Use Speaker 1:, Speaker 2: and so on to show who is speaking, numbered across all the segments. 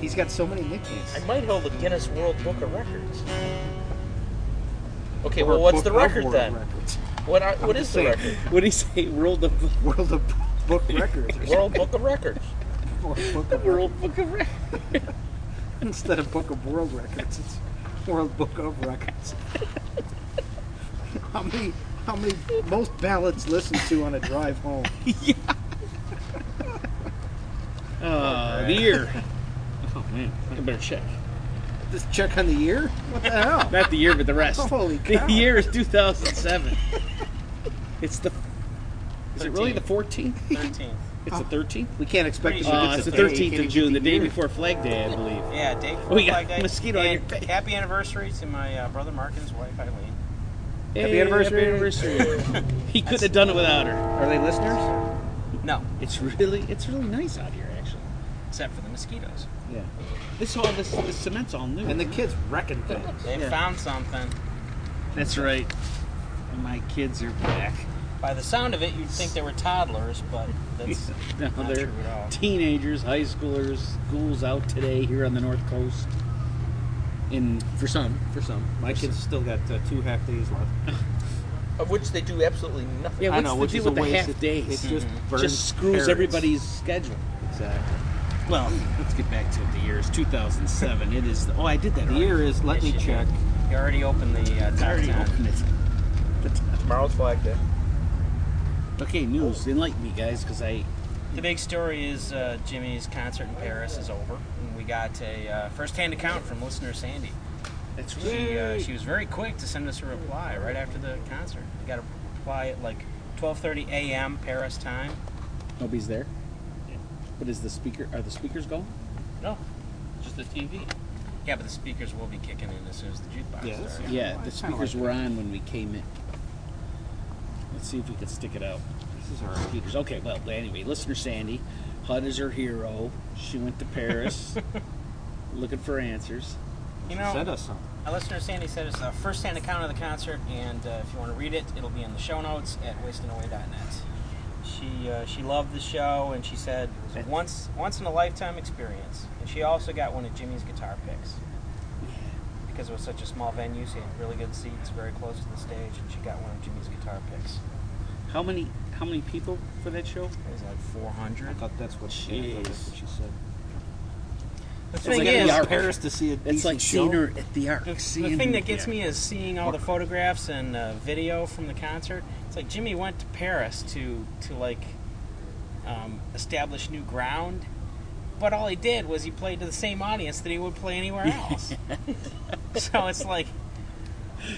Speaker 1: He's got so many nicknames.
Speaker 2: I might hold the Guinness World Book of Records. Okay,
Speaker 1: Or
Speaker 2: well, what's
Speaker 1: Book of
Speaker 2: the record
Speaker 1: World
Speaker 2: then?
Speaker 1: Records.
Speaker 2: What are, what
Speaker 1: I'm
Speaker 2: is the
Speaker 1: saying,
Speaker 2: record?
Speaker 3: What do you say? World of
Speaker 1: World of Book Records or
Speaker 2: World Book of Records.
Speaker 1: something. World Book of
Speaker 3: World Book of Records.
Speaker 1: Instead of Book of World Records, it's World Book of Records. how many, how many most ballads listened to on a drive home?
Speaker 3: Oh, the year. Oh man, I better check.
Speaker 1: Just check on the year. What the hell?
Speaker 3: Not the year, but the rest.
Speaker 1: Holy cow.
Speaker 3: The year is 2007. it's the. Is it really the 14th?
Speaker 4: 13th.
Speaker 3: It's the 13th.
Speaker 1: We can't expect to
Speaker 4: Uh,
Speaker 3: Uh,
Speaker 1: get
Speaker 3: it's
Speaker 1: to
Speaker 3: the
Speaker 1: thirty.
Speaker 3: 13th of June, the day before Flag Day, I believe.
Speaker 4: Yeah, day before
Speaker 3: Oh, you got
Speaker 4: Flag Day.
Speaker 3: mosquito on
Speaker 4: and
Speaker 3: your face.
Speaker 4: Happy anniversary to my uh, brother Mark and his wife Eileen.
Speaker 3: Hey,
Speaker 1: anniversary.
Speaker 3: happy anniversary. he couldn't have done it without her.
Speaker 1: Are they listeners?
Speaker 4: No,
Speaker 3: It's really, it's really nice out here, actually.
Speaker 4: except for the mosquitoes.
Speaker 1: Yeah.
Speaker 3: This all, this, this cement's all new.
Speaker 1: And the kids wrecking things.
Speaker 4: They
Speaker 3: Yeah.
Speaker 4: found something.
Speaker 3: That's right. And my kids are back.
Speaker 4: By the sound of it, you'd think they were toddlers, but that's
Speaker 3: No,
Speaker 4: not
Speaker 3: they're
Speaker 4: true at all.
Speaker 3: teenagers, high schoolers. School's out today here on the north coast. In for some, for some,
Speaker 5: My kids still got uh, two half days left.
Speaker 2: Of which they do absolutely nothing.
Speaker 3: Yeah, what's
Speaker 5: I know,
Speaker 3: the
Speaker 5: which
Speaker 3: deal
Speaker 5: is
Speaker 3: with
Speaker 5: a
Speaker 3: the
Speaker 5: waste.
Speaker 3: half
Speaker 5: It-
Speaker 3: days? Mm-hmm.
Speaker 5: It just burns
Speaker 3: just screws
Speaker 5: parents.
Speaker 3: everybody's schedule.
Speaker 5: Exactly.
Speaker 3: Well, let's get back to it. The year is 2007. It is. The, oh, I did that.
Speaker 5: The year is. Let me
Speaker 4: Yes, you
Speaker 5: check.
Speaker 4: did. You already opened the uh, top
Speaker 3: I already
Speaker 4: 10.
Speaker 3: opened it.
Speaker 2: Tomorrow's Flag Day.
Speaker 3: Okay, news. Enlighten me, guys, because I.
Speaker 4: The big story is uh, Jimmy's concert in Paris is over, and we got a uh, first-hand account from listener Sandy.
Speaker 3: That's
Speaker 4: She uh, she was very quick to send us a reply right after the concert. We got a reply at like 12:30 a.m. Paris time.
Speaker 3: Nobody's there. But is the speaker? Are the speakers gone?
Speaker 4: No,
Speaker 2: Just the TV.
Speaker 4: yeah, but the speakers will be kicking in as soon as the jukebox
Speaker 5: Yeah, that's-
Speaker 4: starts.
Speaker 3: Yeah,
Speaker 1: well,
Speaker 3: the
Speaker 1: it's kinda
Speaker 3: speakers
Speaker 1: like
Speaker 3: were on when we came in. Let's see if we can stick it out.
Speaker 5: This is alright.
Speaker 3: Speakers. Okay, well, anyway, listener Sandy, Hud is her hero. She went to Paris looking for answers.
Speaker 4: You know,
Speaker 5: Send us some.
Speaker 4: Our listener Sandy said it's a first-hand account of the concert, and uh, if you want to read it, it'll be in the show notes at wastingaway.net. She uh, she loved the show, and she said it was a once once in a lifetime experience. And she also got one of Jimmy's guitar picks because it was such a small venue. She had really good seats, very close to the stage, and she got one of Jimmy's guitar picks.
Speaker 3: How many? How many people for that show?
Speaker 4: It was like 400.
Speaker 5: I thought that's what she, I thought that's what she said.
Speaker 4: The
Speaker 3: It's
Speaker 4: thing
Speaker 3: like
Speaker 4: is,
Speaker 3: the art-
Speaker 5: Paris to see a
Speaker 3: It's
Speaker 5: decent
Speaker 3: like
Speaker 5: show.
Speaker 3: seeing her at the arc.
Speaker 4: The,
Speaker 3: seeing
Speaker 4: the thing
Speaker 3: her-
Speaker 4: that gets
Speaker 3: yeah.
Speaker 4: me is seeing all the photographs and uh, video from the concert. It's like Jimmy went to Paris to to like um, establish new ground, but all he did was he played to the same audience that he would play anywhere else. so it's like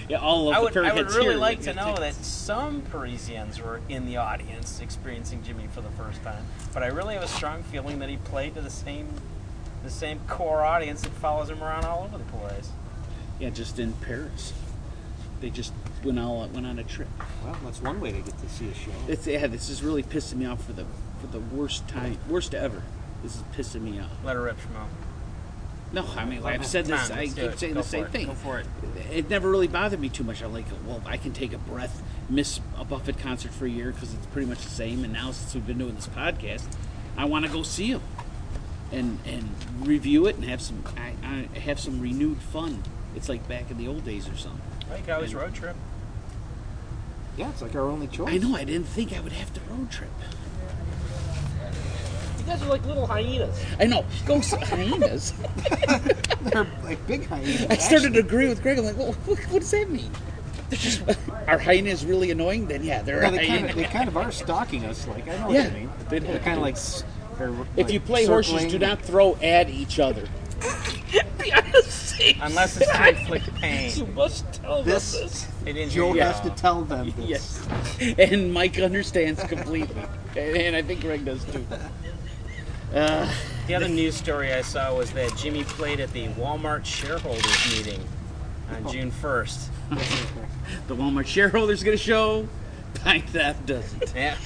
Speaker 3: Yeah, all of
Speaker 4: I
Speaker 3: the
Speaker 4: would I would
Speaker 3: parrotheads
Speaker 4: really
Speaker 3: here
Speaker 4: like
Speaker 3: would
Speaker 4: to
Speaker 3: get
Speaker 4: know that
Speaker 3: tickets.
Speaker 4: some Parisians were in the audience experiencing Jimmy for the first time. But I really have a strong feeling that he played to the same the same core audience that follows him around all over the place.
Speaker 3: Yeah, just in Paris. They just went all went on a trip.
Speaker 5: Well, that's one way to get to see a show.
Speaker 3: It's, yeah, this is really pissing me off for the for the worst time, worst ever. This is pissing me off.
Speaker 4: Let her rip, Shmo.
Speaker 3: No, I mean, I've said
Speaker 4: Come
Speaker 3: this.
Speaker 4: on,
Speaker 3: I
Speaker 4: let's do
Speaker 3: keep
Speaker 4: it.
Speaker 3: saying
Speaker 4: Go
Speaker 3: the same
Speaker 4: for it.
Speaker 3: thing.
Speaker 4: Go for it.
Speaker 3: It never really bothered me too much. I'm like, well, I can take a breath, miss a Buffett concert for a year because it's pretty much the same. And now since we've been doing this podcast, I want to go see him and and review it and have some I, I have some renewed fun. It's like back in the old days or something.
Speaker 4: Well, you could always road trip.
Speaker 1: Yeah, it's like our only choice.
Speaker 3: I know I didn't think I would have to road trip.
Speaker 4: You guys are like little hyenas.
Speaker 3: I know. Go see hyenas.
Speaker 1: They're like big hyenas.
Speaker 3: I started to agree with Greg. I'm like, well, what, what does that mean? They're just, are hyenas really annoying? Then yeah, they're
Speaker 1: Yeah,
Speaker 3: a
Speaker 1: they, kind
Speaker 3: hyena.
Speaker 1: of, they kind of are stalking us. Like I know
Speaker 3: Yeah,
Speaker 1: what you mean.
Speaker 3: they'd
Speaker 1: They're
Speaker 3: have
Speaker 1: kind
Speaker 3: to.
Speaker 1: of like. s- they're,
Speaker 3: If
Speaker 1: like,
Speaker 3: you play horses, do
Speaker 1: circling.
Speaker 3: not throw at each other.
Speaker 4: Unless it's to inflict pain.
Speaker 3: must tell
Speaker 1: This-
Speaker 4: It uh, injures
Speaker 1: Joel
Speaker 4: you.
Speaker 1: has to tell them this.
Speaker 3: Yes. And Mike understands completely. and, and I think Greg does too.
Speaker 4: The other news story I saw was that Jimmy played at the Walmart shareholders meeting
Speaker 3: Oh.
Speaker 4: on June 1st.
Speaker 3: The Walmart shareholders get a show. Pine Theft doesn't.
Speaker 4: Yeah.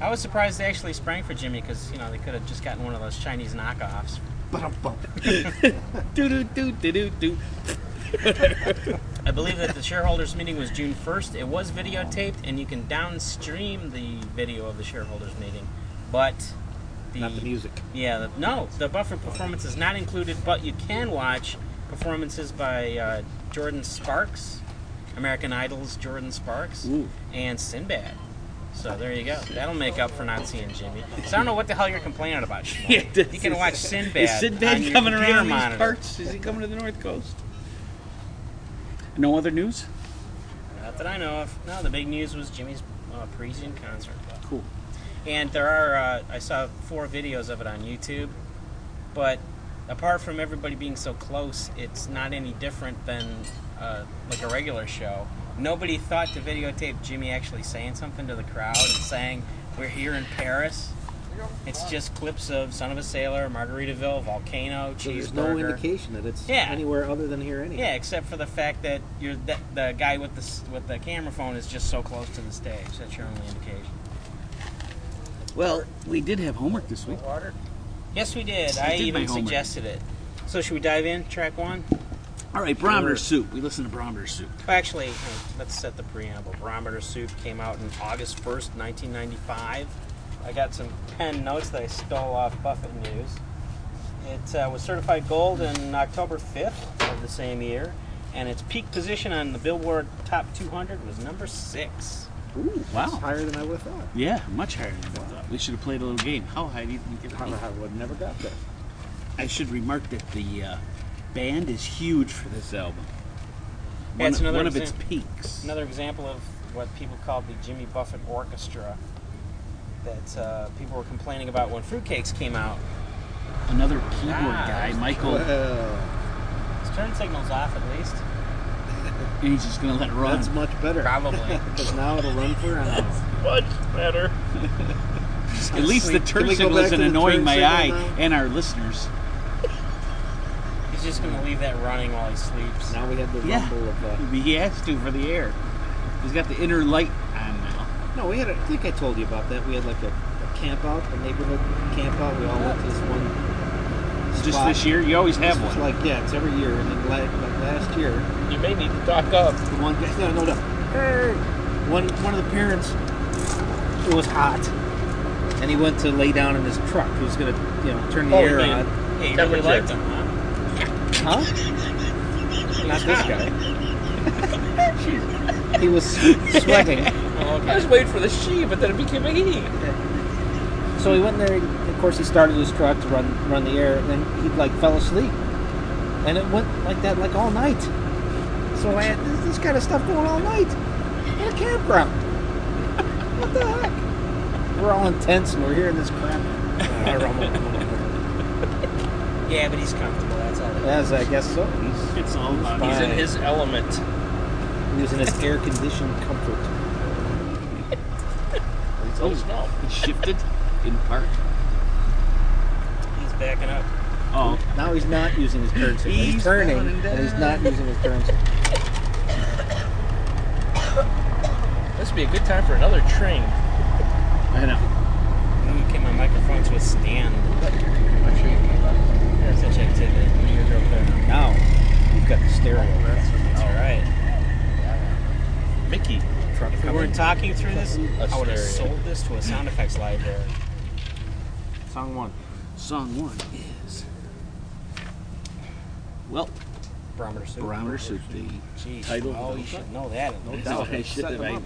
Speaker 4: I was surprised they actually sprang for Jimmy because, you know, they could have just gotten one of those Chinese knockoffs.
Speaker 1: But I'm bump.
Speaker 3: Do do do do do do.
Speaker 4: I believe that the shareholders meeting was June 1st. It was videotaped, and you can downstream the video of the shareholders meeting, but the the,
Speaker 1: not the music.
Speaker 4: yeah the, no the buffer performance is not included, but you can watch performances by uh, Jordan Sparks, American Idol's Jordan Sparks,
Speaker 3: Ooh.
Speaker 4: and Sinbad. So there you go. That'll make up for not seeing Jimmy. So I don't know what the hell you're complaining about. Shmuel.
Speaker 3: Yeah, this
Speaker 4: you can
Speaker 3: is-
Speaker 4: watch Sinbad.
Speaker 3: Is
Speaker 4: on
Speaker 3: Sinbad
Speaker 4: your
Speaker 3: coming
Speaker 4: computer
Speaker 3: around these
Speaker 4: monitor.
Speaker 3: parts? Is he coming to the North Coast? No other news?
Speaker 4: Not that I know of. No, the big news was Jimmy's uh, Parisian concert.
Speaker 3: Cool.
Speaker 4: And there are, uh, I saw four videos of it on YouTube. But apart from everybody being so close, it's not any different than uh, like a regular show. Nobody thought to videotape Jimmy actually saying something to the crowd and saying, We're here in Paris. It's just clips of Son of a Sailor, Margaritaville, Volcano, Cheeseburger.
Speaker 1: So there's no indication that it's
Speaker 4: Yeah.
Speaker 1: anywhere other than here anyway.
Speaker 4: Yeah, except for the fact that you're the, the guy with the s- with the camera phone is just so close to the stage. That's your only indication.
Speaker 3: Well, we did have homework this week.
Speaker 2: Water?
Speaker 4: Yes, we did.
Speaker 3: I
Speaker 4: I,
Speaker 3: did my
Speaker 4: even
Speaker 3: homework.
Speaker 4: suggested it. So should we dive in track one?
Speaker 3: All right, barometer soup. We listened to barometer soup.
Speaker 4: Well, actually, hmm, let's set the preamble. Barometer Soup came out in August 1st, 1995. I got some pen notes that I stole off Buffett News. It uh, was certified gold in October 5th of the same year, and its peak position on the Billboard Top 200 was number six.
Speaker 3: Ooh,
Speaker 1: It's
Speaker 3: wow.
Speaker 1: higher than I would have thought.
Speaker 3: Yeah, much higher than I thought. We should have played a little game. How high do you think it
Speaker 1: I don't know how I would have never got there.
Speaker 3: I should remark that the uh, band is huge for this album.
Speaker 4: Yeah,
Speaker 3: one
Speaker 4: it's another
Speaker 3: one of its
Speaker 4: example.
Speaker 3: peaks.
Speaker 4: Another example of what people call the Jimmy Buffett Orchestra that uh, people were complaining about when Fruitcakes came out.
Speaker 3: Another keyboard
Speaker 4: Ah,
Speaker 3: guy, Michael,
Speaker 1: Well,
Speaker 4: His turn signal's off at least.
Speaker 3: and he's just going to let it run.
Speaker 1: that's much better.
Speaker 4: Probably.
Speaker 1: Because now it'll run for an hour.
Speaker 2: Much better.
Speaker 3: At least the
Speaker 1: Can
Speaker 3: turn
Speaker 1: we go
Speaker 3: signal
Speaker 1: back
Speaker 3: isn't
Speaker 1: to the
Speaker 3: annoying
Speaker 1: turn
Speaker 3: my
Speaker 1: signal
Speaker 3: eye
Speaker 1: now?
Speaker 3: and our listeners.
Speaker 4: He's just gonna leave that running while he sleeps.
Speaker 1: Now we have the
Speaker 3: Yeah.
Speaker 1: rumble of. Uh,
Speaker 3: He has to for the air. He's got the inner light on now.
Speaker 1: No, we had. A, I think I told you about that. We had like a, a camp out, a neighborhood camp out. We all went to this one.
Speaker 3: Just
Speaker 1: spot.
Speaker 3: this year, you always
Speaker 1: This
Speaker 3: have
Speaker 1: was
Speaker 3: one.
Speaker 1: like yeah, it's every year. And then like, like last year,
Speaker 2: You may need to talk up.
Speaker 1: the one guy. No, no, no. Hey! One one of the parents. It was hot, and he went to lay down in his truck. He was gonna, you know, turn the
Speaker 2: Oh,
Speaker 1: air
Speaker 2: he did.
Speaker 1: on.
Speaker 4: Hey, you really
Speaker 2: Temperature.
Speaker 4: liked him, huh?
Speaker 1: Huh?
Speaker 4: Not
Speaker 1: This guy. he was sweating.
Speaker 4: Oh,
Speaker 2: I
Speaker 4: okay.
Speaker 2: was waiting for the she, but then it became a he.
Speaker 1: So he went in there. And of course, he started his truck to run run the air, and then he like fell asleep, and it went like that like all night. So I had this, this kind of stuff going all night in a campground. what the heck? We're all intense, and we're hearing this crap.
Speaker 4: Yeah, but he's comfortable. That's all. That
Speaker 1: As I guess so, he's
Speaker 3: It's all about
Speaker 2: He's in
Speaker 1: Fine.
Speaker 2: his element.
Speaker 1: using his air-conditioned comfort.
Speaker 2: He's old now.
Speaker 3: It shifted in part.
Speaker 4: he's backing up.
Speaker 3: Oh,
Speaker 1: Now he's not using his turn signal. He's,
Speaker 3: He's
Speaker 1: turning,
Speaker 3: falling
Speaker 1: and he's not using his turn signal.
Speaker 2: This would be a good time for another train.
Speaker 3: I know.
Speaker 4: I'm gonna get my microphone to a stand. There's such activity. Let me go real quick.
Speaker 1: Now we've got the stereo.
Speaker 4: All right.
Speaker 2: Mickey.
Speaker 1: Truck
Speaker 4: If we
Speaker 1: coming.
Speaker 4: weren't talking through this,
Speaker 2: A
Speaker 4: I would have
Speaker 2: stereo.
Speaker 4: sold this to a sound effects library.
Speaker 1: Song one.
Speaker 3: Song one is. Well,
Speaker 4: Barometer soup.
Speaker 3: barometer soup. The
Speaker 4: Jeez.
Speaker 3: Title.
Speaker 4: Oh, you should know that. at least.
Speaker 3: That's
Speaker 1: doubt.
Speaker 3: what I should
Speaker 1: Set
Speaker 3: have.
Speaker 1: them
Speaker 3: I
Speaker 1: up.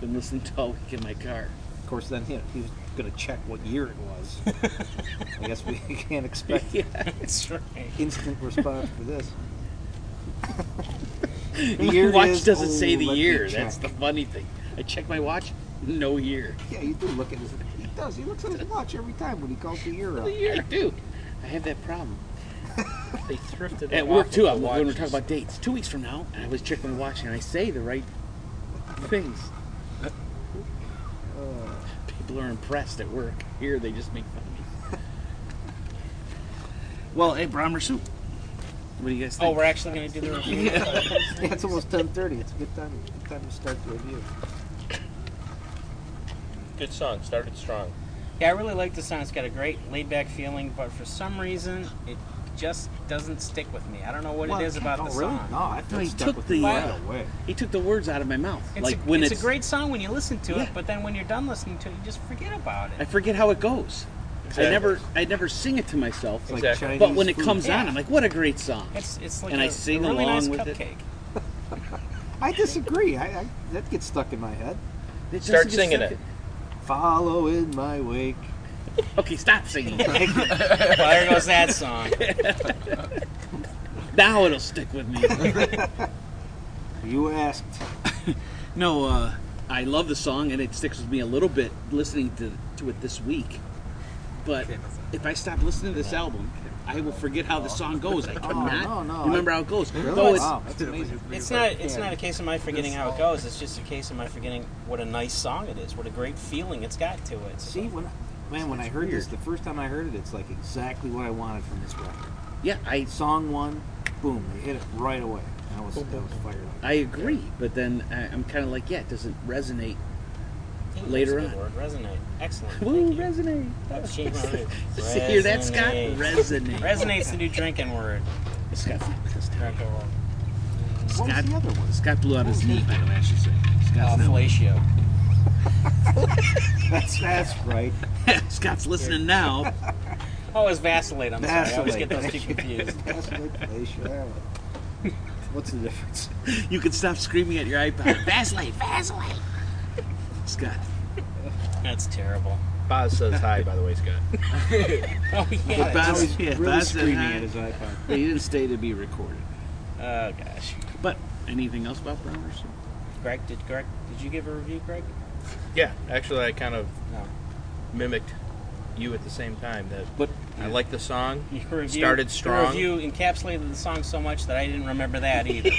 Speaker 3: been listening to all week in my car.
Speaker 1: Of course, then you know, he was going to check what year it was. I guess we can't expect
Speaker 4: That's right.
Speaker 1: instant response for this. The
Speaker 3: My
Speaker 1: year it
Speaker 3: watch
Speaker 1: is-
Speaker 3: doesn't
Speaker 1: oh,
Speaker 3: say the
Speaker 1: let me
Speaker 3: year. That's the
Speaker 1: check.
Speaker 3: funny thing. I check my watch, no year.
Speaker 1: Yeah, you do look at his. He does. He looks at his watch every time when he calls the year up.
Speaker 3: The year. I do. I have that problem.
Speaker 4: They thrifted
Speaker 3: At
Speaker 4: off
Speaker 3: work,
Speaker 4: of
Speaker 3: too,
Speaker 4: the
Speaker 3: I, when we're
Speaker 4: watches.
Speaker 3: talking about dates. Two weeks from now, and I was checking my watch and I say the right things. People are impressed at work. Here, they just make fun of me. Well, hey, Brommer Soup. What do you guys think?
Speaker 4: Oh, we're actually gonna do the review.
Speaker 1: Yeah, it's almost ten thirty. It's a good time. Good time to start the review.
Speaker 2: Good song. Started strong.
Speaker 4: Yeah, I really like this song. It's got a great laid back feeling, but for some reason, it just doesn't stick with me. I don't know what it is about
Speaker 1: oh,
Speaker 4: the
Speaker 1: really?
Speaker 4: song.
Speaker 1: No, I
Speaker 3: No,
Speaker 1: thought
Speaker 3: he
Speaker 1: stuck
Speaker 3: took
Speaker 1: with
Speaker 3: the,
Speaker 1: it right
Speaker 3: uh,
Speaker 1: away.
Speaker 3: He took the words out of my mouth.
Speaker 4: It's,
Speaker 3: like
Speaker 4: a,
Speaker 3: when
Speaker 4: it's,
Speaker 3: it's,
Speaker 4: a great song when you listen to
Speaker 3: Yeah.
Speaker 4: it, but then when you're done listening to it, you just forget about
Speaker 3: I
Speaker 4: it.
Speaker 3: forget how it goes.
Speaker 2: Exactly.
Speaker 3: I never I never sing it to myself.
Speaker 1: like
Speaker 2: Exactly.
Speaker 1: Chinese
Speaker 3: but when it
Speaker 1: food.
Speaker 3: comes on,
Speaker 4: Yeah.
Speaker 3: I'm like, what a great song.
Speaker 4: It's it's like
Speaker 3: And
Speaker 4: a,
Speaker 3: I sing
Speaker 4: a really nice
Speaker 3: along with it.
Speaker 4: cupcake.
Speaker 1: I disagree. I, I that gets stuck in my head.
Speaker 3: It
Speaker 2: Start
Speaker 3: doesn't get
Speaker 2: singing
Speaker 3: stuck
Speaker 2: it.
Speaker 1: Follow in my wake.
Speaker 3: in- Okay, stop singing. it.
Speaker 4: Well, there goes that song.
Speaker 3: now it'll stick with me.
Speaker 1: You asked.
Speaker 3: No, uh, I love the song, and it sticks with me a little bit listening to, to it this week. But if I stop listening to this album, I will forget how the song goes. I cannot
Speaker 1: Oh, no, no,
Speaker 3: remember how it goes. Though
Speaker 1: Really?
Speaker 3: it's,
Speaker 1: Wow, that's amazing.
Speaker 4: It's not it's
Speaker 1: Yeah.
Speaker 4: not a case of my forgetting how it goes. It's just a case of my forgetting what a nice song it is, what a great feeling it's got to it.
Speaker 1: See when, I- man, when I heard this the first time I heard it, it's like exactly what I wanted from this record.
Speaker 3: yeah, I
Speaker 1: Song one, boom, they hit it right away. And I was, I was fired up.
Speaker 3: I agree. But then I, I'm kind of like, yeah, it doesn't resonate.
Speaker 4: Ooh,
Speaker 3: Later
Speaker 4: that's a good
Speaker 3: on.
Speaker 4: Word. Resonate. Excellent.
Speaker 3: Woo,
Speaker 4: Thank you.
Speaker 3: resonate.
Speaker 4: I've changed my name.
Speaker 3: See, hear that, Scott? Resonate.
Speaker 4: Resonates the new drinking word.
Speaker 3: Scott's not with us now.
Speaker 4: Drinking word.
Speaker 1: What was
Speaker 3: Scott-
Speaker 1: the other one?
Speaker 3: Scott blew out his knee, by the way, I should say.
Speaker 4: Uh,
Speaker 3: Scott's, not with
Speaker 4: fellatio.
Speaker 1: That's that's right.
Speaker 3: us. Scott's listening now.
Speaker 4: Oh, it's Vaseline. I'm sorry. I always
Speaker 1: Vacillate.
Speaker 4: get those two confused.
Speaker 1: That's like glacier. That one. What's the difference?
Speaker 3: You can stop screaming at your iPod. Vaseline, Vaseline. Scott.
Speaker 4: That's terrible.
Speaker 2: Boz says hi, by the way, Scott.
Speaker 4: Oh, yeah.
Speaker 1: It's
Speaker 3: Baz-
Speaker 1: always
Speaker 3: yeah,
Speaker 1: really
Speaker 3: Baz said
Speaker 1: screaming
Speaker 3: hi.
Speaker 1: at his iPod.
Speaker 3: But he didn't stay to be recorded.
Speaker 4: Oh, gosh.
Speaker 3: But anything else about Browers?
Speaker 4: Greg, did Greg, did you give a review, Greg?
Speaker 2: Yeah, actually, I kind of
Speaker 4: No.
Speaker 2: mimicked you at the same time. That
Speaker 3: But
Speaker 2: I like the song.
Speaker 4: Your review,
Speaker 2: Started
Speaker 4: Your
Speaker 2: strong.
Speaker 4: review encapsulated the song so much that I didn't remember that either.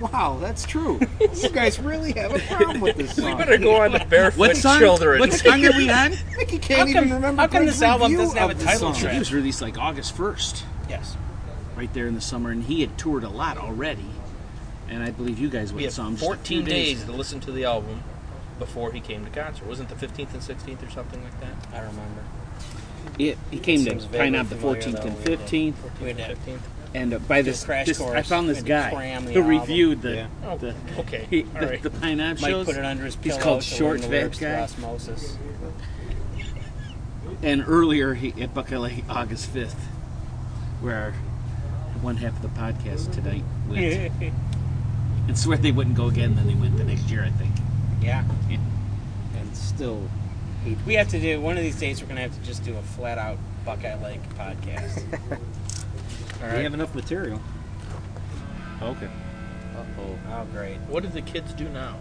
Speaker 1: Wow, that's true. You guys really have a problem with this
Speaker 2: We
Speaker 1: song.
Speaker 2: better go on to barefoot
Speaker 3: what song?
Speaker 2: children.
Speaker 3: What song are we on?
Speaker 1: Like you can't
Speaker 4: How come-
Speaker 1: even remember.
Speaker 4: how come
Speaker 1: Greg's
Speaker 4: this album
Speaker 1: review
Speaker 4: doesn't have
Speaker 1: of
Speaker 4: a
Speaker 1: the
Speaker 4: title
Speaker 1: song.
Speaker 4: track?
Speaker 3: He was released like August first,
Speaker 4: yes.
Speaker 3: right there in the summer, and he had toured a lot already. And I believe you guys
Speaker 2: we
Speaker 3: went
Speaker 2: had
Speaker 3: and saw him just a
Speaker 2: 14
Speaker 3: few
Speaker 2: days to listen to the album before he came to concert. Wasn't the 15th and 16th or something like that?
Speaker 4: I remember.
Speaker 3: Yeah, he came to
Speaker 4: Seems vaguely
Speaker 3: Pine Knob the
Speaker 4: familiar,
Speaker 3: 14th and
Speaker 4: though.
Speaker 3: 15th,
Speaker 4: We had to-
Speaker 3: and uh, by this,
Speaker 4: crash
Speaker 3: this I
Speaker 4: course,
Speaker 3: found this
Speaker 4: and
Speaker 3: guy
Speaker 4: cram the
Speaker 3: who
Speaker 4: album.
Speaker 3: reviewed the,
Speaker 1: Yeah.
Speaker 2: Oh,
Speaker 3: the,
Speaker 2: okay.
Speaker 3: he-
Speaker 2: All
Speaker 3: the-
Speaker 2: right.
Speaker 3: the Pine Knob
Speaker 4: Mike
Speaker 3: shows.
Speaker 4: put it under his pillow.
Speaker 3: He's called
Speaker 4: to learn
Speaker 3: Short
Speaker 4: the
Speaker 3: Fat
Speaker 4: lyrics through
Speaker 3: Guy.
Speaker 4: Osmosis.
Speaker 3: and earlier he, at Buckeye Lake, August 5th, where one half of the podcast tonight went. and swear they wouldn't go again, then they went the next year, I think.
Speaker 4: Yeah.
Speaker 1: And still,
Speaker 4: We have to do one of these days. We're gonna have to just do a flat out Buckeye Lake podcast.
Speaker 1: we have enough material.
Speaker 3: Okay.
Speaker 2: Uh-oh.
Speaker 4: oh, great!
Speaker 2: What do the kids do now?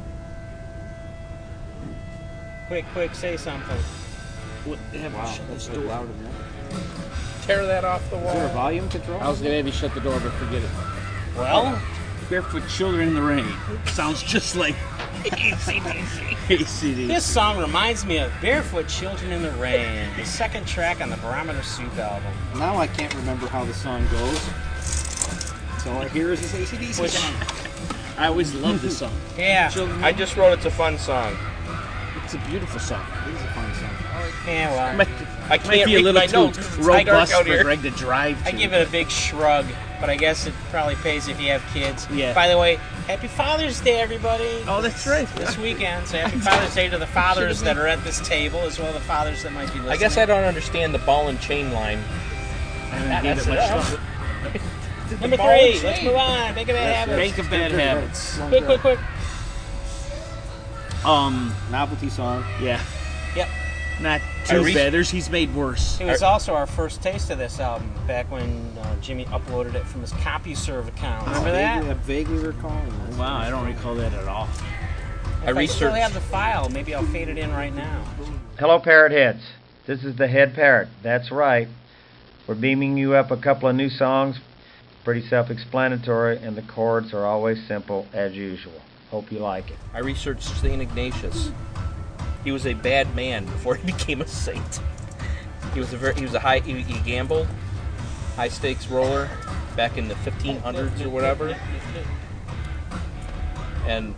Speaker 4: Quick, quick, say something.
Speaker 3: What, have
Speaker 1: Wow,
Speaker 3: shut
Speaker 1: that's
Speaker 3: this
Speaker 1: so
Speaker 3: door.
Speaker 1: loud in there.
Speaker 2: Tear that off the
Speaker 1: Is there a
Speaker 2: wall.
Speaker 1: volume control?
Speaker 5: I was gonna have you shut the door, but forget it.
Speaker 4: Well,
Speaker 3: Barefoot Children in the Rain. Sounds just like ACDC.
Speaker 4: this song reminds me of "Barefoot Children in the Rain," the second track on the Barometer Soup album.
Speaker 1: Now I can't remember how the song goes. So all I hear is this ACDC
Speaker 4: Which-
Speaker 1: song.
Speaker 3: I always loved this song.
Speaker 4: Yeah.
Speaker 3: Children,
Speaker 2: I just wrote it's a fun song.
Speaker 3: it's a beautiful song.
Speaker 1: It is a fun song.
Speaker 4: Yeah. Well.
Speaker 3: Might,
Speaker 2: I
Speaker 3: might
Speaker 2: can't
Speaker 3: be a
Speaker 2: read
Speaker 3: little
Speaker 2: my
Speaker 3: too
Speaker 2: notes 'cause it's dark
Speaker 3: robust
Speaker 2: out
Speaker 3: for
Speaker 2: here.
Speaker 3: Greg to drive to.
Speaker 4: I give it a big shrug, but I guess it probably pays if you have kids.
Speaker 3: Yeah.
Speaker 4: By the way, happy Father's Day, everybody.
Speaker 3: Oh, that's right.
Speaker 4: This weekend, so happy Father's Day to the fathers that are at this table, as well as the fathers that might be listening.
Speaker 2: I guess I don't understand the ball and chain line.
Speaker 3: I didn't give it
Speaker 2: That's it.
Speaker 3: much thought.
Speaker 4: Number three, let's move on. Make a bad habit.
Speaker 3: Bank of Bad Habits.
Speaker 4: Quick, quick, quick.
Speaker 3: Um,
Speaker 1: Novelty song.
Speaker 3: yeah.
Speaker 4: Yep.
Speaker 3: Not
Speaker 2: I
Speaker 3: too
Speaker 2: re-
Speaker 3: bad. There's, he's made worse.
Speaker 4: It was also our first taste of this album back when uh, Jimmy uploaded it from his CompuServe account. Remember
Speaker 1: Vaguely-
Speaker 4: that?
Speaker 1: I'm vaguely recalling this.
Speaker 3: Wow, I don't recall that at all.
Speaker 4: If I still
Speaker 2: researched-
Speaker 4: have the file. Maybe I'll fade it in right now.
Speaker 6: Hello, parrot heads. This is the head parrot. That's right. We're beaming you up a couple of new songs. Pretty self explanatory, and the chords are always simple as usual. Hope you like it.
Speaker 2: I researched St. Ignatius. He was a bad man before he became a saint. He was a very, he was a high he, he gambled, high stakes roller back in the 1500s or whatever. And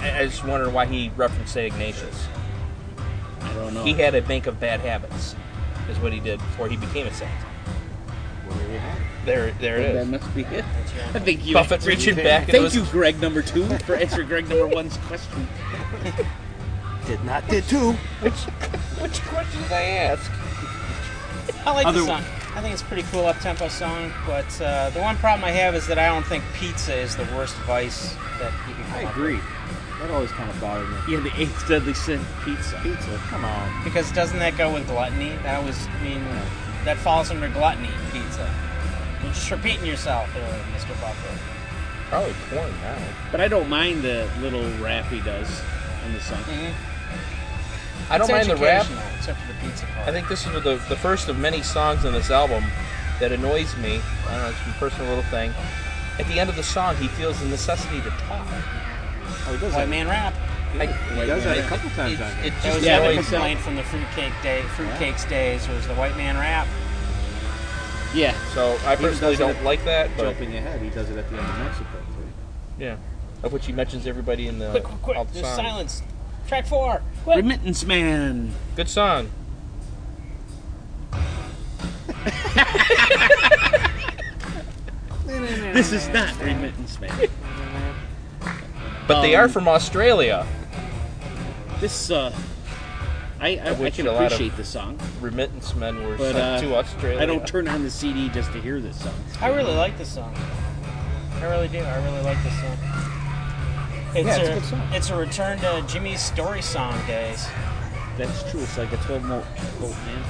Speaker 2: I, I just wondered why he referenced St. Ignatius.
Speaker 3: I don't know.
Speaker 2: He had a bank of bad habits, is what he did before he became a saint. There, there it
Speaker 3: that
Speaker 2: is.
Speaker 3: must be it. I think you.
Speaker 2: Buffett reaching back.
Speaker 3: Thank you, Greg number two, for answering Greg number one's question.
Speaker 1: Did not did too.
Speaker 2: Which, which questions I ask?
Speaker 4: I like
Speaker 3: Other-
Speaker 4: the song. I think it's a pretty cool up tempo song, but uh, the one problem I have is that I don't think pizza is the worst vice that you can come up with.
Speaker 1: That always kind of bothered me.
Speaker 3: Yeah, the eighth deadly sin, pizza.
Speaker 1: Pizza, come on.
Speaker 4: Because doesn't that go with gluttony? That was, I mean, that falls under gluttony pizza. You're just repeating yourself there, Mr. Buffett.
Speaker 2: Probably porn now.
Speaker 3: But I don't mind the little rap he does on the song.
Speaker 2: Mm-hmm. I don't mind the rap.
Speaker 4: except for the pizza part.
Speaker 2: I think this is the, the first of many songs on this album that annoys me. I don't know, it's a personal little thing. At the end of the song, he feels the necessity to talk.
Speaker 1: Oh, he does
Speaker 4: white
Speaker 1: that.
Speaker 4: man rap.
Speaker 2: I, he
Speaker 1: does that a couple times on here.
Speaker 2: It,
Speaker 4: That
Speaker 2: just
Speaker 4: was
Speaker 3: Yeah,
Speaker 4: the
Speaker 3: they
Speaker 4: other
Speaker 2: annoys me.
Speaker 4: complaint from the fruitcake day, fruitcakes days was the white man rap.
Speaker 3: Yeah.
Speaker 2: So I
Speaker 1: Even does
Speaker 2: personally
Speaker 1: it
Speaker 2: don't
Speaker 1: at-
Speaker 2: like that, but
Speaker 1: Jumping ahead, he does it at the end of Mexico. Too.
Speaker 2: yeah. Of which he mentions everybody in the
Speaker 4: Quick, quick,
Speaker 2: all
Speaker 4: quick!
Speaker 2: the
Speaker 4: There's
Speaker 2: songs.
Speaker 4: silence. Track four. Quick.
Speaker 3: Remittance man.
Speaker 2: Good song.
Speaker 3: This is not remittance man.
Speaker 2: But they
Speaker 3: Um,
Speaker 2: are from Australia.
Speaker 3: This uh, I I, I
Speaker 2: which
Speaker 3: can
Speaker 2: a lot of-
Speaker 3: appreciate the song,
Speaker 2: Remittance men were
Speaker 3: but uh,
Speaker 2: sent to Australia.
Speaker 3: I don't turn on the CD just to hear this song.
Speaker 4: I really like this song. I really do. I really like this song. It's,
Speaker 1: Yeah, it's
Speaker 4: a,
Speaker 1: a good song.
Speaker 4: it's a return to Jimmy's story song days.
Speaker 3: That's true. It's like a 12 volt volt man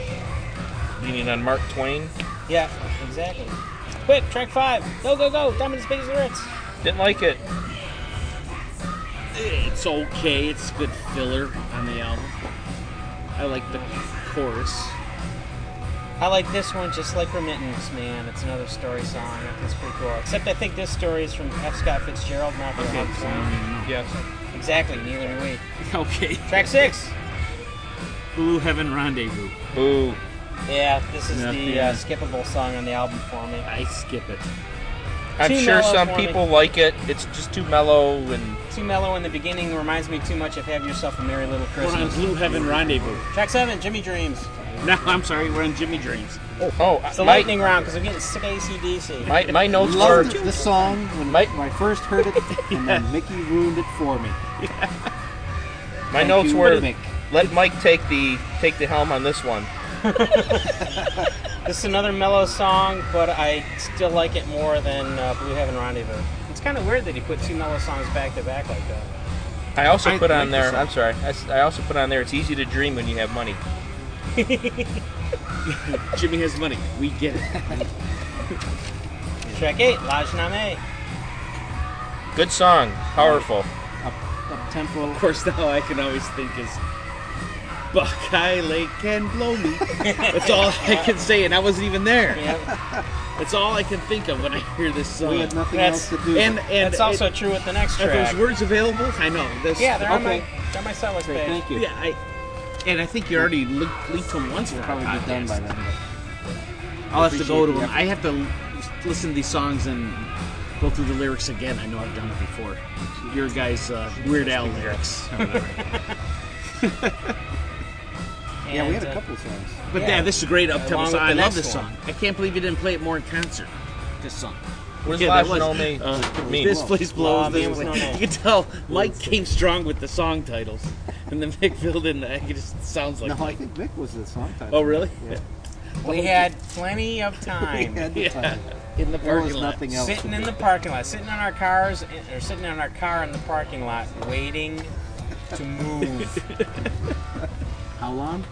Speaker 3: thing.
Speaker 2: Leaning on Mark Twain.
Speaker 4: Yeah, exactly. Quick, track five. Go, go, go. Diamond as big as the Ritz.
Speaker 2: Didn't like it.
Speaker 3: It's okay. It's good filler on the album. I like the chorus.
Speaker 4: I like this one just like Remittance, man. It's another story song. I think it's pretty cool. Except I think this story is from F. Scott Fitzgerald, not from Mark Twain.
Speaker 2: Yes.
Speaker 4: Exactly, neither do we.
Speaker 3: Okay.
Speaker 4: Track six.
Speaker 3: Blue Heaven Rendezvous.
Speaker 2: Boo.
Speaker 4: Yeah, this is
Speaker 3: Nothing.
Speaker 4: the uh, skippable song on the album for me.
Speaker 3: I skip it.
Speaker 2: I'm
Speaker 4: Too
Speaker 2: sure
Speaker 4: mellow
Speaker 2: some
Speaker 4: for me.
Speaker 2: people like it. It's just too mellow and
Speaker 4: Too mellow in the beginning reminds me too much of Have Yourself a Merry Little
Speaker 3: We're on
Speaker 4: Christmas.
Speaker 3: Blue Heaven Rendezvous.
Speaker 4: Track seven, Jimmy Dreams.
Speaker 3: No, I'm sorry. We're on Jimmy Dreams.
Speaker 2: oh,
Speaker 4: It's the
Speaker 2: my,
Speaker 4: lightning round because I'm getting sick of ACDC.
Speaker 2: my my notes were
Speaker 1: Loved the song when,
Speaker 2: My-
Speaker 1: when I first heard it, and then Mickey ruined it for me.
Speaker 2: my
Speaker 1: Thank
Speaker 2: notes
Speaker 1: you,
Speaker 2: were
Speaker 1: Mick.
Speaker 2: let Mike take the take the helm on this one.
Speaker 4: This is another mellow song, but I still like it more than uh, Blue Heaven Rendezvous. It's kind of weird that he put two mellow songs back to back like that.
Speaker 2: I also
Speaker 3: I
Speaker 2: put
Speaker 3: like
Speaker 2: on
Speaker 3: this
Speaker 2: there.
Speaker 3: song.
Speaker 2: I'm sorry. I, s- I also put on there. It's easy to dream when you have money.
Speaker 3: Jimmy has money. We get it.
Speaker 4: Track eight, Laj Name.
Speaker 2: Good song, powerful.
Speaker 1: Up tempo.
Speaker 3: Of course, now I can always think is Buckeye Lake can blow me. That's all I can say, and I wasn't even there.
Speaker 4: Yeah,
Speaker 3: That's all I can think of when I hear this
Speaker 1: We
Speaker 3: song.
Speaker 1: had nothing
Speaker 4: That's-
Speaker 1: else to do.
Speaker 3: And and
Speaker 4: that's also
Speaker 3: it,
Speaker 4: true with the next
Speaker 3: are
Speaker 4: track.
Speaker 3: those words available? I know. That's,
Speaker 4: Yeah, they're on my
Speaker 1: Okay.
Speaker 4: they're on my setlist
Speaker 1: Great,
Speaker 4: page.
Speaker 1: thank you.
Speaker 3: yeah. I, and I think you already linked, linked them once for
Speaker 1: Probably
Speaker 3: our
Speaker 1: be done
Speaker 3: podcast.
Speaker 1: by then.
Speaker 3: I'll have to go to
Speaker 1: Appreciate
Speaker 3: them.
Speaker 1: the
Speaker 3: I have to l- listen to these songs and go through the lyrics again. I know I've done it before. Your guys' uh, Weird Al lyrics. or whatever.
Speaker 1: but- Yeah, we had
Speaker 4: And,
Speaker 1: a
Speaker 4: uh,
Speaker 1: couple of songs.
Speaker 3: But yeah,
Speaker 4: Yeah.
Speaker 3: this is a great up
Speaker 4: Along
Speaker 3: tempo
Speaker 4: with
Speaker 3: song.
Speaker 4: the
Speaker 3: I love
Speaker 4: next
Speaker 3: this
Speaker 4: one.
Speaker 3: song. I can't believe you didn't play it more in concert. This song.
Speaker 2: Where's
Speaker 3: Yeah,
Speaker 2: yeah,
Speaker 3: that was-
Speaker 2: me?
Speaker 3: uh,
Speaker 2: me.
Speaker 3: This place
Speaker 4: Law Man
Speaker 3: blows. This
Speaker 4: was
Speaker 3: place.
Speaker 4: no name.
Speaker 3: You can tell Mike came strong with the song titles, and the Mick and I it just sounds like.
Speaker 1: No, I think Mick was the song title.
Speaker 3: Oh really?
Speaker 1: Yeah.
Speaker 4: We had plenty of
Speaker 1: We
Speaker 4: time.
Speaker 1: had the
Speaker 3: Yeah.
Speaker 1: title.
Speaker 3: In the
Speaker 1: There was
Speaker 3: parking lot.
Speaker 1: nothing else. to
Speaker 4: sitting in
Speaker 1: do.
Speaker 4: the parking lot, sitting in our cars, eh, or sitting in our car in the parking lot, waiting to move
Speaker 1: How long?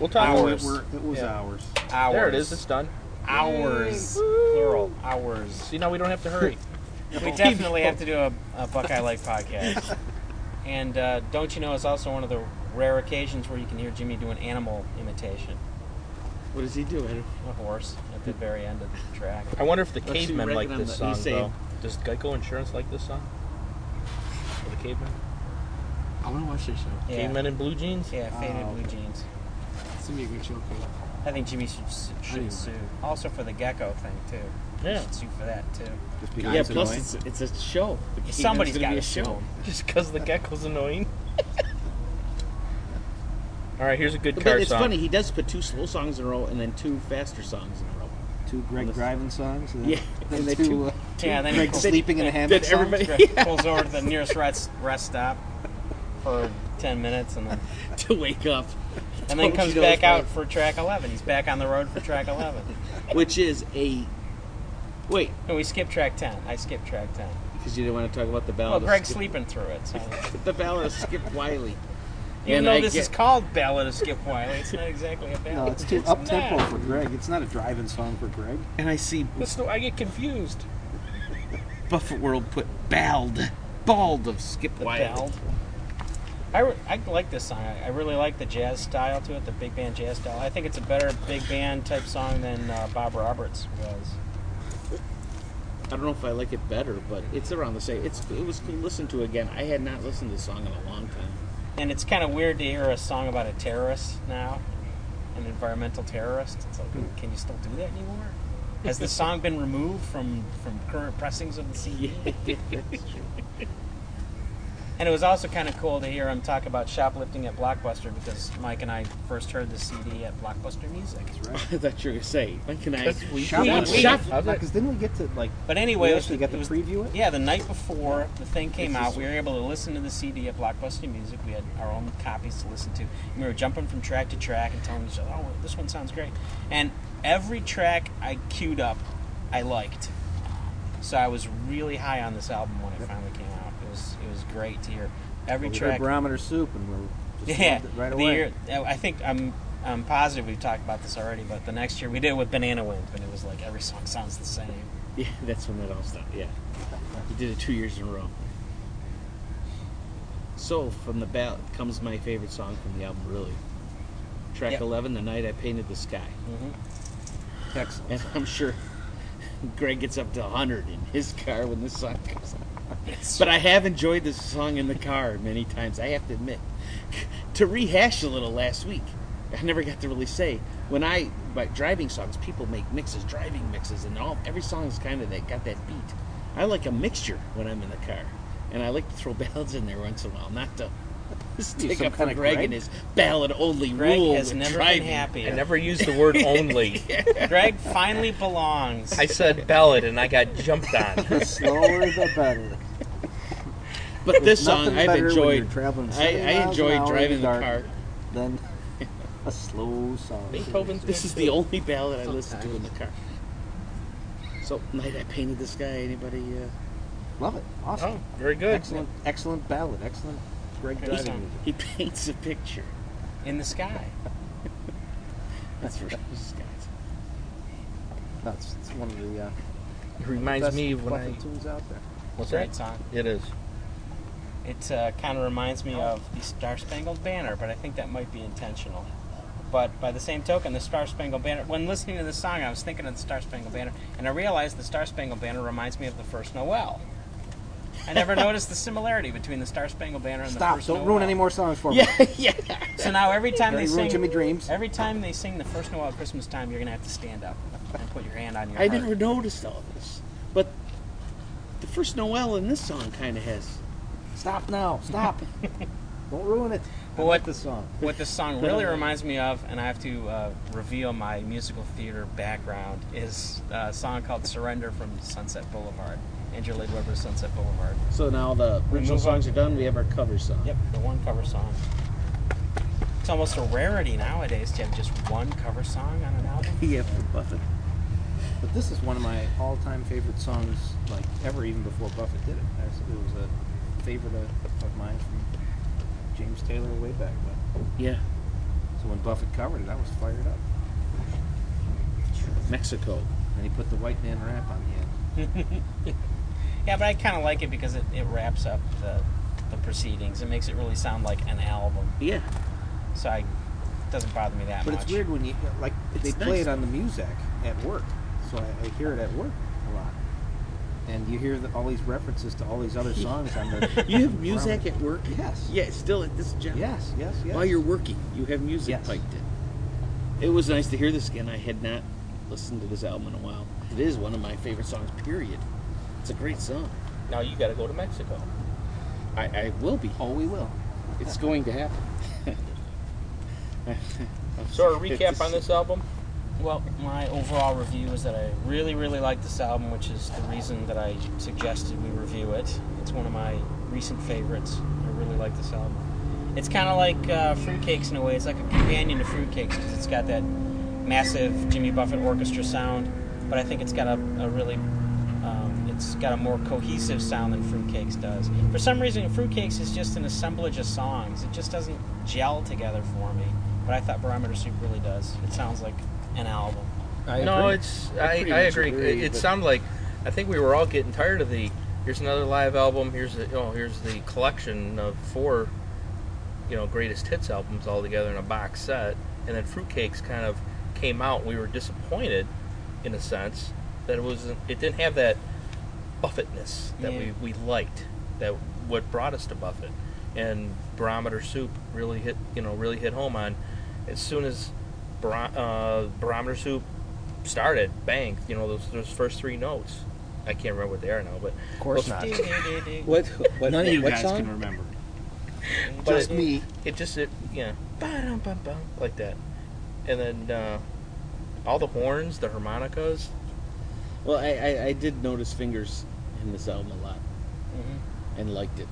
Speaker 2: We'll talk.
Speaker 1: Oh,
Speaker 2: about
Speaker 1: it,
Speaker 2: it.
Speaker 1: were, it was
Speaker 4: Yeah.
Speaker 1: hours.
Speaker 4: hours.
Speaker 2: There it is. It's done.
Speaker 4: Hours, plural, hours.
Speaker 2: See now we don't have to hurry.
Speaker 4: We definitely have to do a, a Buckeye Lake podcast. And uh, don't you know, it's also one of the rare occasions where you can hear Jimmy do an animal imitation,
Speaker 3: What does he do? I don't-
Speaker 4: a horse, at the very end of the track.
Speaker 2: I wonder if the
Speaker 3: Let's see,
Speaker 2: cavemen
Speaker 3: right
Speaker 2: like
Speaker 3: on
Speaker 2: this
Speaker 3: the- you
Speaker 2: song
Speaker 3: say-
Speaker 2: though. Does Geico Insurance like this song? For the cavemen.
Speaker 7: I want to watch this show.
Speaker 4: Yeah,
Speaker 2: Cavemen in blue jeans.
Speaker 4: yeah faded
Speaker 1: Oh.
Speaker 4: blue jeans.
Speaker 7: It's gonna be a good show. Cole.
Speaker 4: I think Jimmy should, s- should sue. Also for the gecko thing, too. He
Speaker 2: Yeah.
Speaker 4: should sue for that, too.
Speaker 1: Just because
Speaker 3: Yeah.
Speaker 1: it's
Speaker 3: Plus,
Speaker 1: annoying.
Speaker 3: it's, it's a show. The Kingdom's
Speaker 4: Somebody's
Speaker 3: gonna
Speaker 4: got
Speaker 3: be a
Speaker 4: to sue
Speaker 3: show.
Speaker 4: him.
Speaker 2: Just because the gecko's annoying. All right, here's a good
Speaker 3: But
Speaker 2: car
Speaker 3: it's
Speaker 2: song.
Speaker 3: funny. He does put two slow songs in a row and then two faster songs in a row.
Speaker 1: two Greg driving songs. And then,
Speaker 3: Yeah,
Speaker 1: then
Speaker 3: and the
Speaker 1: two,
Speaker 3: two-
Speaker 1: uh, two
Speaker 4: Yeah, then he
Speaker 1: Greg
Speaker 4: pulls-
Speaker 1: sleeping in a hammock.
Speaker 3: Then
Speaker 1: songs.
Speaker 3: everybody
Speaker 4: Pulls over to the nearest rest, rest stop for 10 minutes and then
Speaker 3: to wake up.
Speaker 4: and then
Speaker 1: Told
Speaker 4: comes
Speaker 1: you those
Speaker 4: back out
Speaker 1: things.
Speaker 4: for track 11. He's back on the road for track 11.
Speaker 3: which is a wait
Speaker 4: No, we skipped track 10. I skipped track 10.
Speaker 3: because you didn't want to talk about Oh, the ballad.
Speaker 4: Well,
Speaker 3: of
Speaker 4: Greg's
Speaker 3: Skip-
Speaker 4: sleeping through it. So.
Speaker 3: The ballad of Skip Wiley.
Speaker 4: Even
Speaker 3: And
Speaker 4: though
Speaker 3: I
Speaker 4: this
Speaker 3: get-
Speaker 4: is called Ballad of Skip Wiley, it's not exactly a ballad.
Speaker 1: No, it's too up tempo
Speaker 4: not.
Speaker 1: for Greg. It's not a driving song for Greg.
Speaker 3: and I see
Speaker 2: That's the- I get confused.
Speaker 3: Buffett World put bald, bald of Skip
Speaker 4: The
Speaker 3: Wiley.
Speaker 4: ballad. I, re- I like this song. I, I really like the jazz style to it, the big band jazz style. I think it's a better big band type song than uh, Bob Roberts was.
Speaker 3: I don't know if I like it better, but it's around the same. It's it was cool to listen to again. I had not listened to the song in a long time.
Speaker 4: And it's kind of weird to hear a song about a terrorist now, an environmental terrorist. It's like, can you still do that anymore? Has the song been removed from, from current pressings of the CD? and it was also kind of cool to hear him talk about shoplifting at Blockbuster because Mike and I first heard the CD at Blockbuster Music.
Speaker 3: I thought you were gonna say, when can I?
Speaker 1: Shop
Speaker 3: Yeah,
Speaker 1: on
Speaker 3: shop-
Speaker 1: shop. Because didn't we get to like?
Speaker 4: But anyway,
Speaker 1: We
Speaker 4: it was-
Speaker 1: actually got
Speaker 4: it
Speaker 1: to
Speaker 4: was-
Speaker 1: preview it.
Speaker 4: Yeah, the night before the thing came out, we were able to listen to the CD at Blockbuster Music. We had our own copies to listen to. And we were jumping from track to track and telling each other, "Oh, this one sounds great." And every track I queued up, I liked. So I was really high on this album when it finally came out. It was it was great to hear every
Speaker 1: We heard
Speaker 4: track.
Speaker 1: Barometer Soup, and we're just
Speaker 4: Yeah,
Speaker 1: loved it right
Speaker 4: the
Speaker 1: away.
Speaker 4: year- I think I'm I'm positive we've talked about this already, but the next year we did it with Banana Wind, and it was like every song sounds the same.
Speaker 3: yeah, that's when that all stopped. Yeah, you did it two years in a row. So from the ballad comes my favorite song from the album, really. Track
Speaker 4: Yep.
Speaker 3: eleven, "The Night I Painted the Sky,"
Speaker 1: Mm-hmm. Excellent.
Speaker 3: and I'm sure Greg gets up to hundred in his car when this song comes on.
Speaker 4: It's
Speaker 3: But I have enjoyed this song in the car many times, I have to admit. to rehash a little last week, I never got to really say. When I, by driving songs, people make mixes, driving mixes, and all every song is kind of that got that beat. I like a mixture when I'm in the car, and I like to throw ballads in there once in a while, not to stick
Speaker 1: some
Speaker 3: up for
Speaker 1: kinda
Speaker 3: Greg, and
Speaker 1: Greg?
Speaker 3: his ballad only
Speaker 4: Greg
Speaker 3: rule
Speaker 4: has
Speaker 3: with
Speaker 4: never
Speaker 3: driving.
Speaker 4: been happy.
Speaker 2: I never used the word only.
Speaker 4: Greg finally belongs.
Speaker 2: I said ballad and I got jumped on.
Speaker 1: The slower the better.
Speaker 3: But this
Speaker 1: There's
Speaker 3: song
Speaker 1: nothing
Speaker 3: I've
Speaker 1: better when you're
Speaker 3: enjoyed.
Speaker 1: traveling
Speaker 3: I, I
Speaker 1: 70 miles an hour
Speaker 3: enjoyed
Speaker 1: in
Speaker 3: driving
Speaker 1: the
Speaker 3: the
Speaker 1: dark.
Speaker 3: car.
Speaker 1: Then a slow song.
Speaker 2: Beethoven's
Speaker 3: This is the only ballad I listen to in the car. So, night I painted this guy. Anybody? Uh,
Speaker 1: Love it. Awesome.
Speaker 2: Oh, very good.
Speaker 1: Excellent. Excellent ballad. Excellent. Greg
Speaker 4: Good
Speaker 1: driving
Speaker 4: song.
Speaker 1: music.
Speaker 3: he paints a picture.
Speaker 4: in the sky.
Speaker 3: That's for this guy.
Speaker 1: That's it's one of the uh,
Speaker 2: It reminds
Speaker 1: best
Speaker 2: me of when I.
Speaker 1: Buffett tunes out there.
Speaker 2: What's
Speaker 4: Great
Speaker 2: that?
Speaker 4: song.
Speaker 6: It is.
Speaker 4: It uh, kind of reminds me of the Star Spangled Banner, but I think that might be intentional. But by the same token, the Star Spangled Banner. When listening to this song, I was thinking of the Star Spangled Banner, and I realized the Star Spangled Banner reminds me of the First Noel. I never noticed the similarity between the Star Spangled Banner and the
Speaker 1: Stop!
Speaker 4: First
Speaker 1: Don't
Speaker 4: Noel.
Speaker 1: ruin any more songs for me.
Speaker 3: Yeah, yeah.
Speaker 4: So now every time
Speaker 1: Don't
Speaker 4: they
Speaker 1: ruin
Speaker 4: sing
Speaker 1: Jimmy Dreams.
Speaker 4: every time they sing the First Noel at Christmas time, you're gonna have to stand up and put your hand on your
Speaker 3: I
Speaker 4: heart.
Speaker 3: never noticed all this, but the first Noel in this song kind of has.
Speaker 1: Stop now! Stop! Don't ruin it.
Speaker 4: But
Speaker 1: I
Speaker 4: what-
Speaker 1: like this song?
Speaker 4: What this song really reminds me of, and I have to uh, reveal my musical theater background, is a song called Surrender from Sunset Boulevard. Andrew Lloyd Webber's Sunset Boulevard.
Speaker 3: So now the original
Speaker 4: move on.
Speaker 3: songs are done. We have our cover song.
Speaker 4: Yep, the one cover song. It's almost a rarity nowadays to have just one cover song on an album.
Speaker 3: Yeah, for Buffett.
Speaker 1: But this is one of my all-time favorite songs, like ever, even before Buffett did it. Actually, it was a favorite of, of mine from James Taylor way back when.
Speaker 3: Yeah,
Speaker 1: So when Buffett covered it, I was fired up.
Speaker 3: Mexico.
Speaker 1: And he put the white man rap on the end.
Speaker 4: Yeah, but I kind of like it because it, it wraps up the, the proceedings. It makes it really sound like an album.
Speaker 3: Yeah,
Speaker 4: So I, it doesn't bother me that
Speaker 1: But
Speaker 4: much.
Speaker 1: it's weird when you like
Speaker 3: It's
Speaker 1: they
Speaker 3: nice.
Speaker 1: play it on the music at work, so I, I hear it at work a lot. And you hear the, all these references to all these other songs on the.
Speaker 3: you have music at work.
Speaker 1: Yes.
Speaker 3: Yeah, still at this job.
Speaker 1: Yes. Yes. Yes.
Speaker 3: While you're working, you have music
Speaker 1: Yes.
Speaker 3: piped in. It was nice to hear this again. I had not listened to this album in a while. It is one of my favorite songs, period. It's a great song.
Speaker 2: Now you got to go to Mexico.
Speaker 3: I, I will be.
Speaker 1: Oh, we will.
Speaker 3: It's going to happen.
Speaker 2: So a recap on this album.
Speaker 4: Well, my overall review is that I really, really like this album, which is the reason that I suggested we review it. It's one of my recent favorites. I really like this album. It's kind of like uh, fruitcakes in a way. It's like a companion to fruitcakes because it's got that massive Jimmy Buffett orchestra sound, but I think it's got a, a really um, it's got a more cohesive sound than fruitcakes does. For some reason, fruitcakes is just an assemblage of songs. It just doesn't gel together for me. But I thought Barometer Soup really does. It sounds like an album.
Speaker 7: I
Speaker 2: no,
Speaker 7: agree.
Speaker 2: it's
Speaker 7: I
Speaker 2: I,
Speaker 7: pretty
Speaker 2: I
Speaker 7: much
Speaker 2: agree.
Speaker 7: agree,
Speaker 2: it it
Speaker 7: but-
Speaker 2: sounded like I think we were all getting tired of the here's another live album. Here's the oh here's the collection of four, you know, greatest hits albums all together in a box set. And then Fruitcakes kind of came out. and We were disappointed, in a sense, that it was it didn't have that Buffettness that
Speaker 4: Yeah.
Speaker 2: we, we liked. That what brought us to Buffett. And Barometer Soup really hit you know really hit home on as soon as Bar- uh, Barometer Soup started, bang, you know, those, those first three notes. I can't remember what they are now, but
Speaker 5: Of course not.
Speaker 4: Dig-a-dig-a-dig.
Speaker 5: What? what
Speaker 3: None of you
Speaker 5: what
Speaker 3: guys
Speaker 5: song?
Speaker 3: can remember.
Speaker 2: but
Speaker 7: just
Speaker 2: it,
Speaker 7: me.
Speaker 2: It just, it, yeah, Ba-dum-bum-bum, like that. And then uh, all the horns, the harmonicas.
Speaker 8: Well, I, I, I did notice fingers in this album a lot
Speaker 4: Mm-hmm.
Speaker 8: and liked it.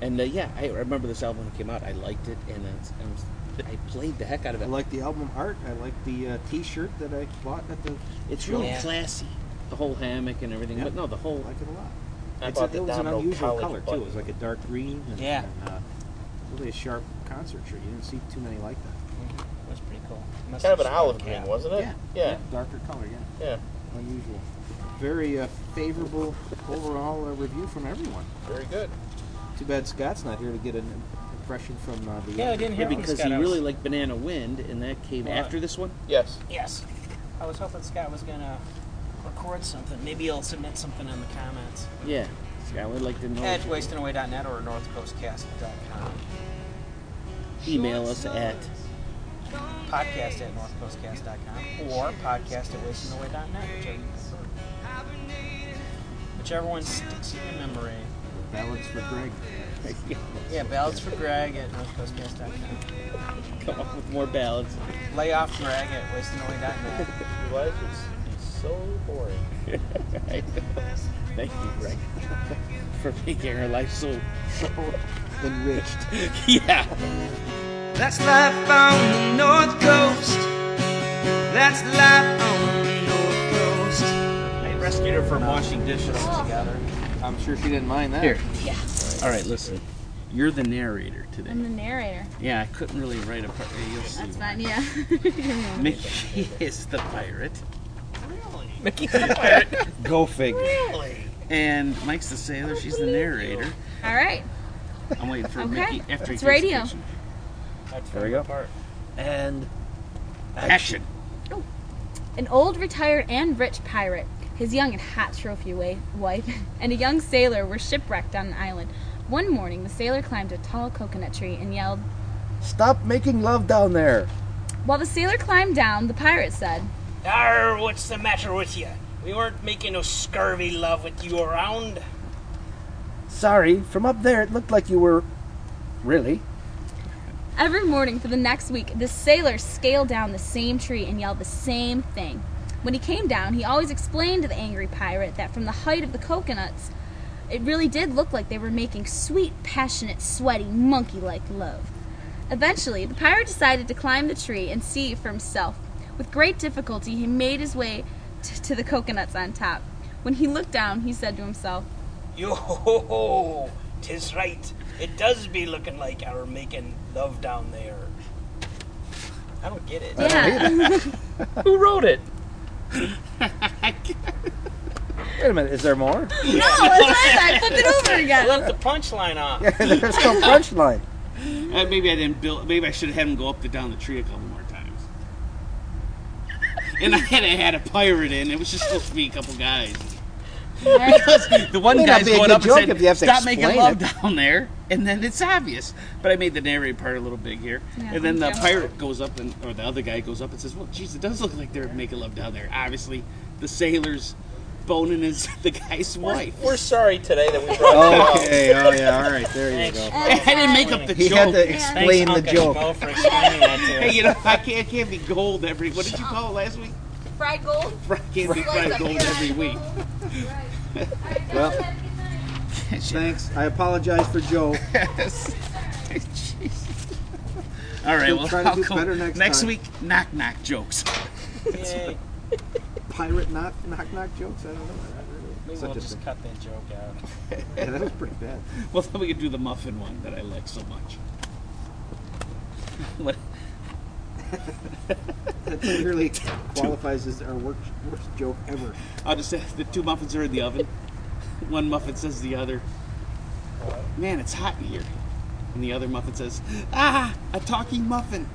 Speaker 8: And uh, yeah, I remember this album when it came out. I liked it, and it's, I, was, I played the heck out of
Speaker 1: I
Speaker 8: it.
Speaker 1: like the album art. I like the uh, T-shirt that I bought at the.
Speaker 8: It's really
Speaker 4: Yeah.
Speaker 8: classy, the whole hammock and everything.
Speaker 1: Yeah.
Speaker 8: But no, the
Speaker 1: I
Speaker 8: whole
Speaker 1: like it a lot.
Speaker 2: I
Speaker 1: It's a-
Speaker 2: bought the
Speaker 1: it was an
Speaker 2: Domino
Speaker 1: unusual
Speaker 2: College
Speaker 1: color too.
Speaker 2: button.
Speaker 1: It was like a dark green. And,
Speaker 4: Yeah.
Speaker 1: And, uh, really a sharp concert shirt. You didn't see too many like that.
Speaker 4: That's pretty cool. Must
Speaker 2: kind of
Speaker 4: have
Speaker 2: an olive
Speaker 4: survived
Speaker 2: green,
Speaker 4: that.
Speaker 2: wasn't it? Yeah.
Speaker 1: Darker color. Yeah.
Speaker 2: Yeah.
Speaker 1: Unusual. Very uh, favorable overall uh, review from everyone.
Speaker 2: Very good.
Speaker 1: Too bad Scott's not here to get an impression from uh, the.
Speaker 4: Yeah, I didn't hear from
Speaker 8: because
Speaker 4: Scott.
Speaker 8: he
Speaker 4: I was-
Speaker 8: really liked Banana Wind, and that came
Speaker 4: Well,
Speaker 8: after this one.
Speaker 2: Yes.
Speaker 4: Yes. I was hoping Scott was gonna record something. Maybe he'll submit something in the comments.
Speaker 8: Yeah, I would like to know.
Speaker 4: At wastingaway.net or northcoastcast.com.
Speaker 8: Email us at
Speaker 4: Podcast at northcoastcast.com or podcast at wastingaway.net. whichever- Whichever one sticks in your memory.
Speaker 1: Ballads for Greg.
Speaker 4: Yeah, ballads for Greg at northcoastcast.com.
Speaker 8: come up with more ballads.
Speaker 4: Lay off Greg at wastingaway.net.
Speaker 2: Your life is, is so boring.
Speaker 8: I know. Thank you, Greg, for making our life so
Speaker 1: Enriched.
Speaker 8: yeah.
Speaker 9: That's life on the North Coast. That's life on the North Coast.
Speaker 4: They rescued her from washing dishes together.
Speaker 1: I'm sure she didn't mind that.
Speaker 3: Here.
Speaker 10: Yeah,
Speaker 3: All right, listen. You're the narrator today.
Speaker 10: I'm the narrator.
Speaker 3: Yeah, I couldn't really write a part. You'll see.
Speaker 10: That's
Speaker 3: why.
Speaker 10: fine. Yeah.
Speaker 3: Mickey is the pirate,
Speaker 5: Go figure.
Speaker 3: and Mike's the sailor. She's the narrator.
Speaker 10: All right.
Speaker 3: I'm waiting for
Speaker 10: Okay,
Speaker 3: Mickey after he gets
Speaker 10: it's radio.
Speaker 3: the kitchen.
Speaker 4: That's
Speaker 5: There we
Speaker 4: from
Speaker 5: go.
Speaker 4: the part.
Speaker 5: And
Speaker 3: Action.
Speaker 10: An old, retired, and rich pirate, his young and hot trophy wa- wife, and a young sailor were shipwrecked on an island. One morning, the sailor climbed a tall coconut tree and yelled.
Speaker 5: stop making love down there.
Speaker 10: While the sailor climbed down, the pirate said,
Speaker 4: Arr, what's the matter with you? We weren't making no scurvy love with you around.
Speaker 5: Sorry, from up there it looked like you were. Really?
Speaker 10: Every morning for the next week, the sailor scaled down the same tree and yelled the same thing. When he came down, he always explained to the angry pirate that from the height of the coconuts, it really did look like they were making sweet, passionate, sweaty, monkey like love. Eventually, the pirate decided to climb the tree and see for himself. With great difficulty, he made his way t- to the coconuts on top. When he looked down, he said to himself,
Speaker 4: Yo ho ho! Tis right. It does be looking like our making love down there. I don't get it.
Speaker 10: Yeah,
Speaker 2: Who wrote it?
Speaker 3: Uh,
Speaker 5: Wait a minute, is there more?
Speaker 10: no, that's what I said. I flipped it over
Speaker 4: I
Speaker 10: again.
Speaker 4: left the punchline off.
Speaker 5: There's no punchline.
Speaker 3: Uh, maybe I didn't build. Maybe I should have had him go up and down the tree a couple more times. And I had, I had a pirate in. It was just supposed to be a couple guys. Because the one
Speaker 5: May not
Speaker 3: guy's
Speaker 5: be a
Speaker 3: going
Speaker 5: good
Speaker 3: up and
Speaker 5: joke
Speaker 3: said,
Speaker 5: if you have to
Speaker 3: "Stop making
Speaker 5: explain
Speaker 3: love down there," and then it's obvious. But I made the narrative part a little big here.
Speaker 10: Yeah,
Speaker 3: and then the
Speaker 10: thank you.
Speaker 3: pirate goes up, and or the other guy goes up and says, "Well, geez, it does look like they're making love down there." Obviously, the sailor's boning his the guy's wife.
Speaker 2: We're sorry today that we brought it up.
Speaker 5: Okay, oh yeah, all right, there you
Speaker 4: Thanks.
Speaker 5: go.
Speaker 3: I didn't make up the
Speaker 5: He
Speaker 3: joke.
Speaker 5: had to
Speaker 10: Yeah.
Speaker 5: explain the
Speaker 4: Thanks, Uncle
Speaker 5: joke.
Speaker 4: Bo, for explaining that to
Speaker 3: Hey,
Speaker 4: us.
Speaker 3: you know, I can't, I can't be gold every. What did you call it last week?
Speaker 10: Fried gold.
Speaker 3: I can't be fried gold every week.
Speaker 10: Right.
Speaker 1: Well, Thanks. I apologize for Joe.
Speaker 3: All right,
Speaker 1: We'll
Speaker 3: well,
Speaker 1: try to
Speaker 3: I'll
Speaker 1: do
Speaker 3: go-
Speaker 1: better next time.
Speaker 3: week, knock knock jokes.
Speaker 4: Yay.
Speaker 1: Pirate knock knock knock jokes. I don't know.
Speaker 4: Maybe
Speaker 1: Such
Speaker 4: we'll
Speaker 1: a
Speaker 4: just
Speaker 1: thing.
Speaker 4: cut that joke out.
Speaker 1: Yeah, that was pretty bad.
Speaker 3: Well, then we could do the muffin one that I like so much. What-
Speaker 1: That clearly qualifies as our worst, worst joke ever.
Speaker 3: I'll just say the two muffins are in the oven. One muffin says to the other, "Man, it's hot in here," and the other muffin says, "Ah, a talking muffin."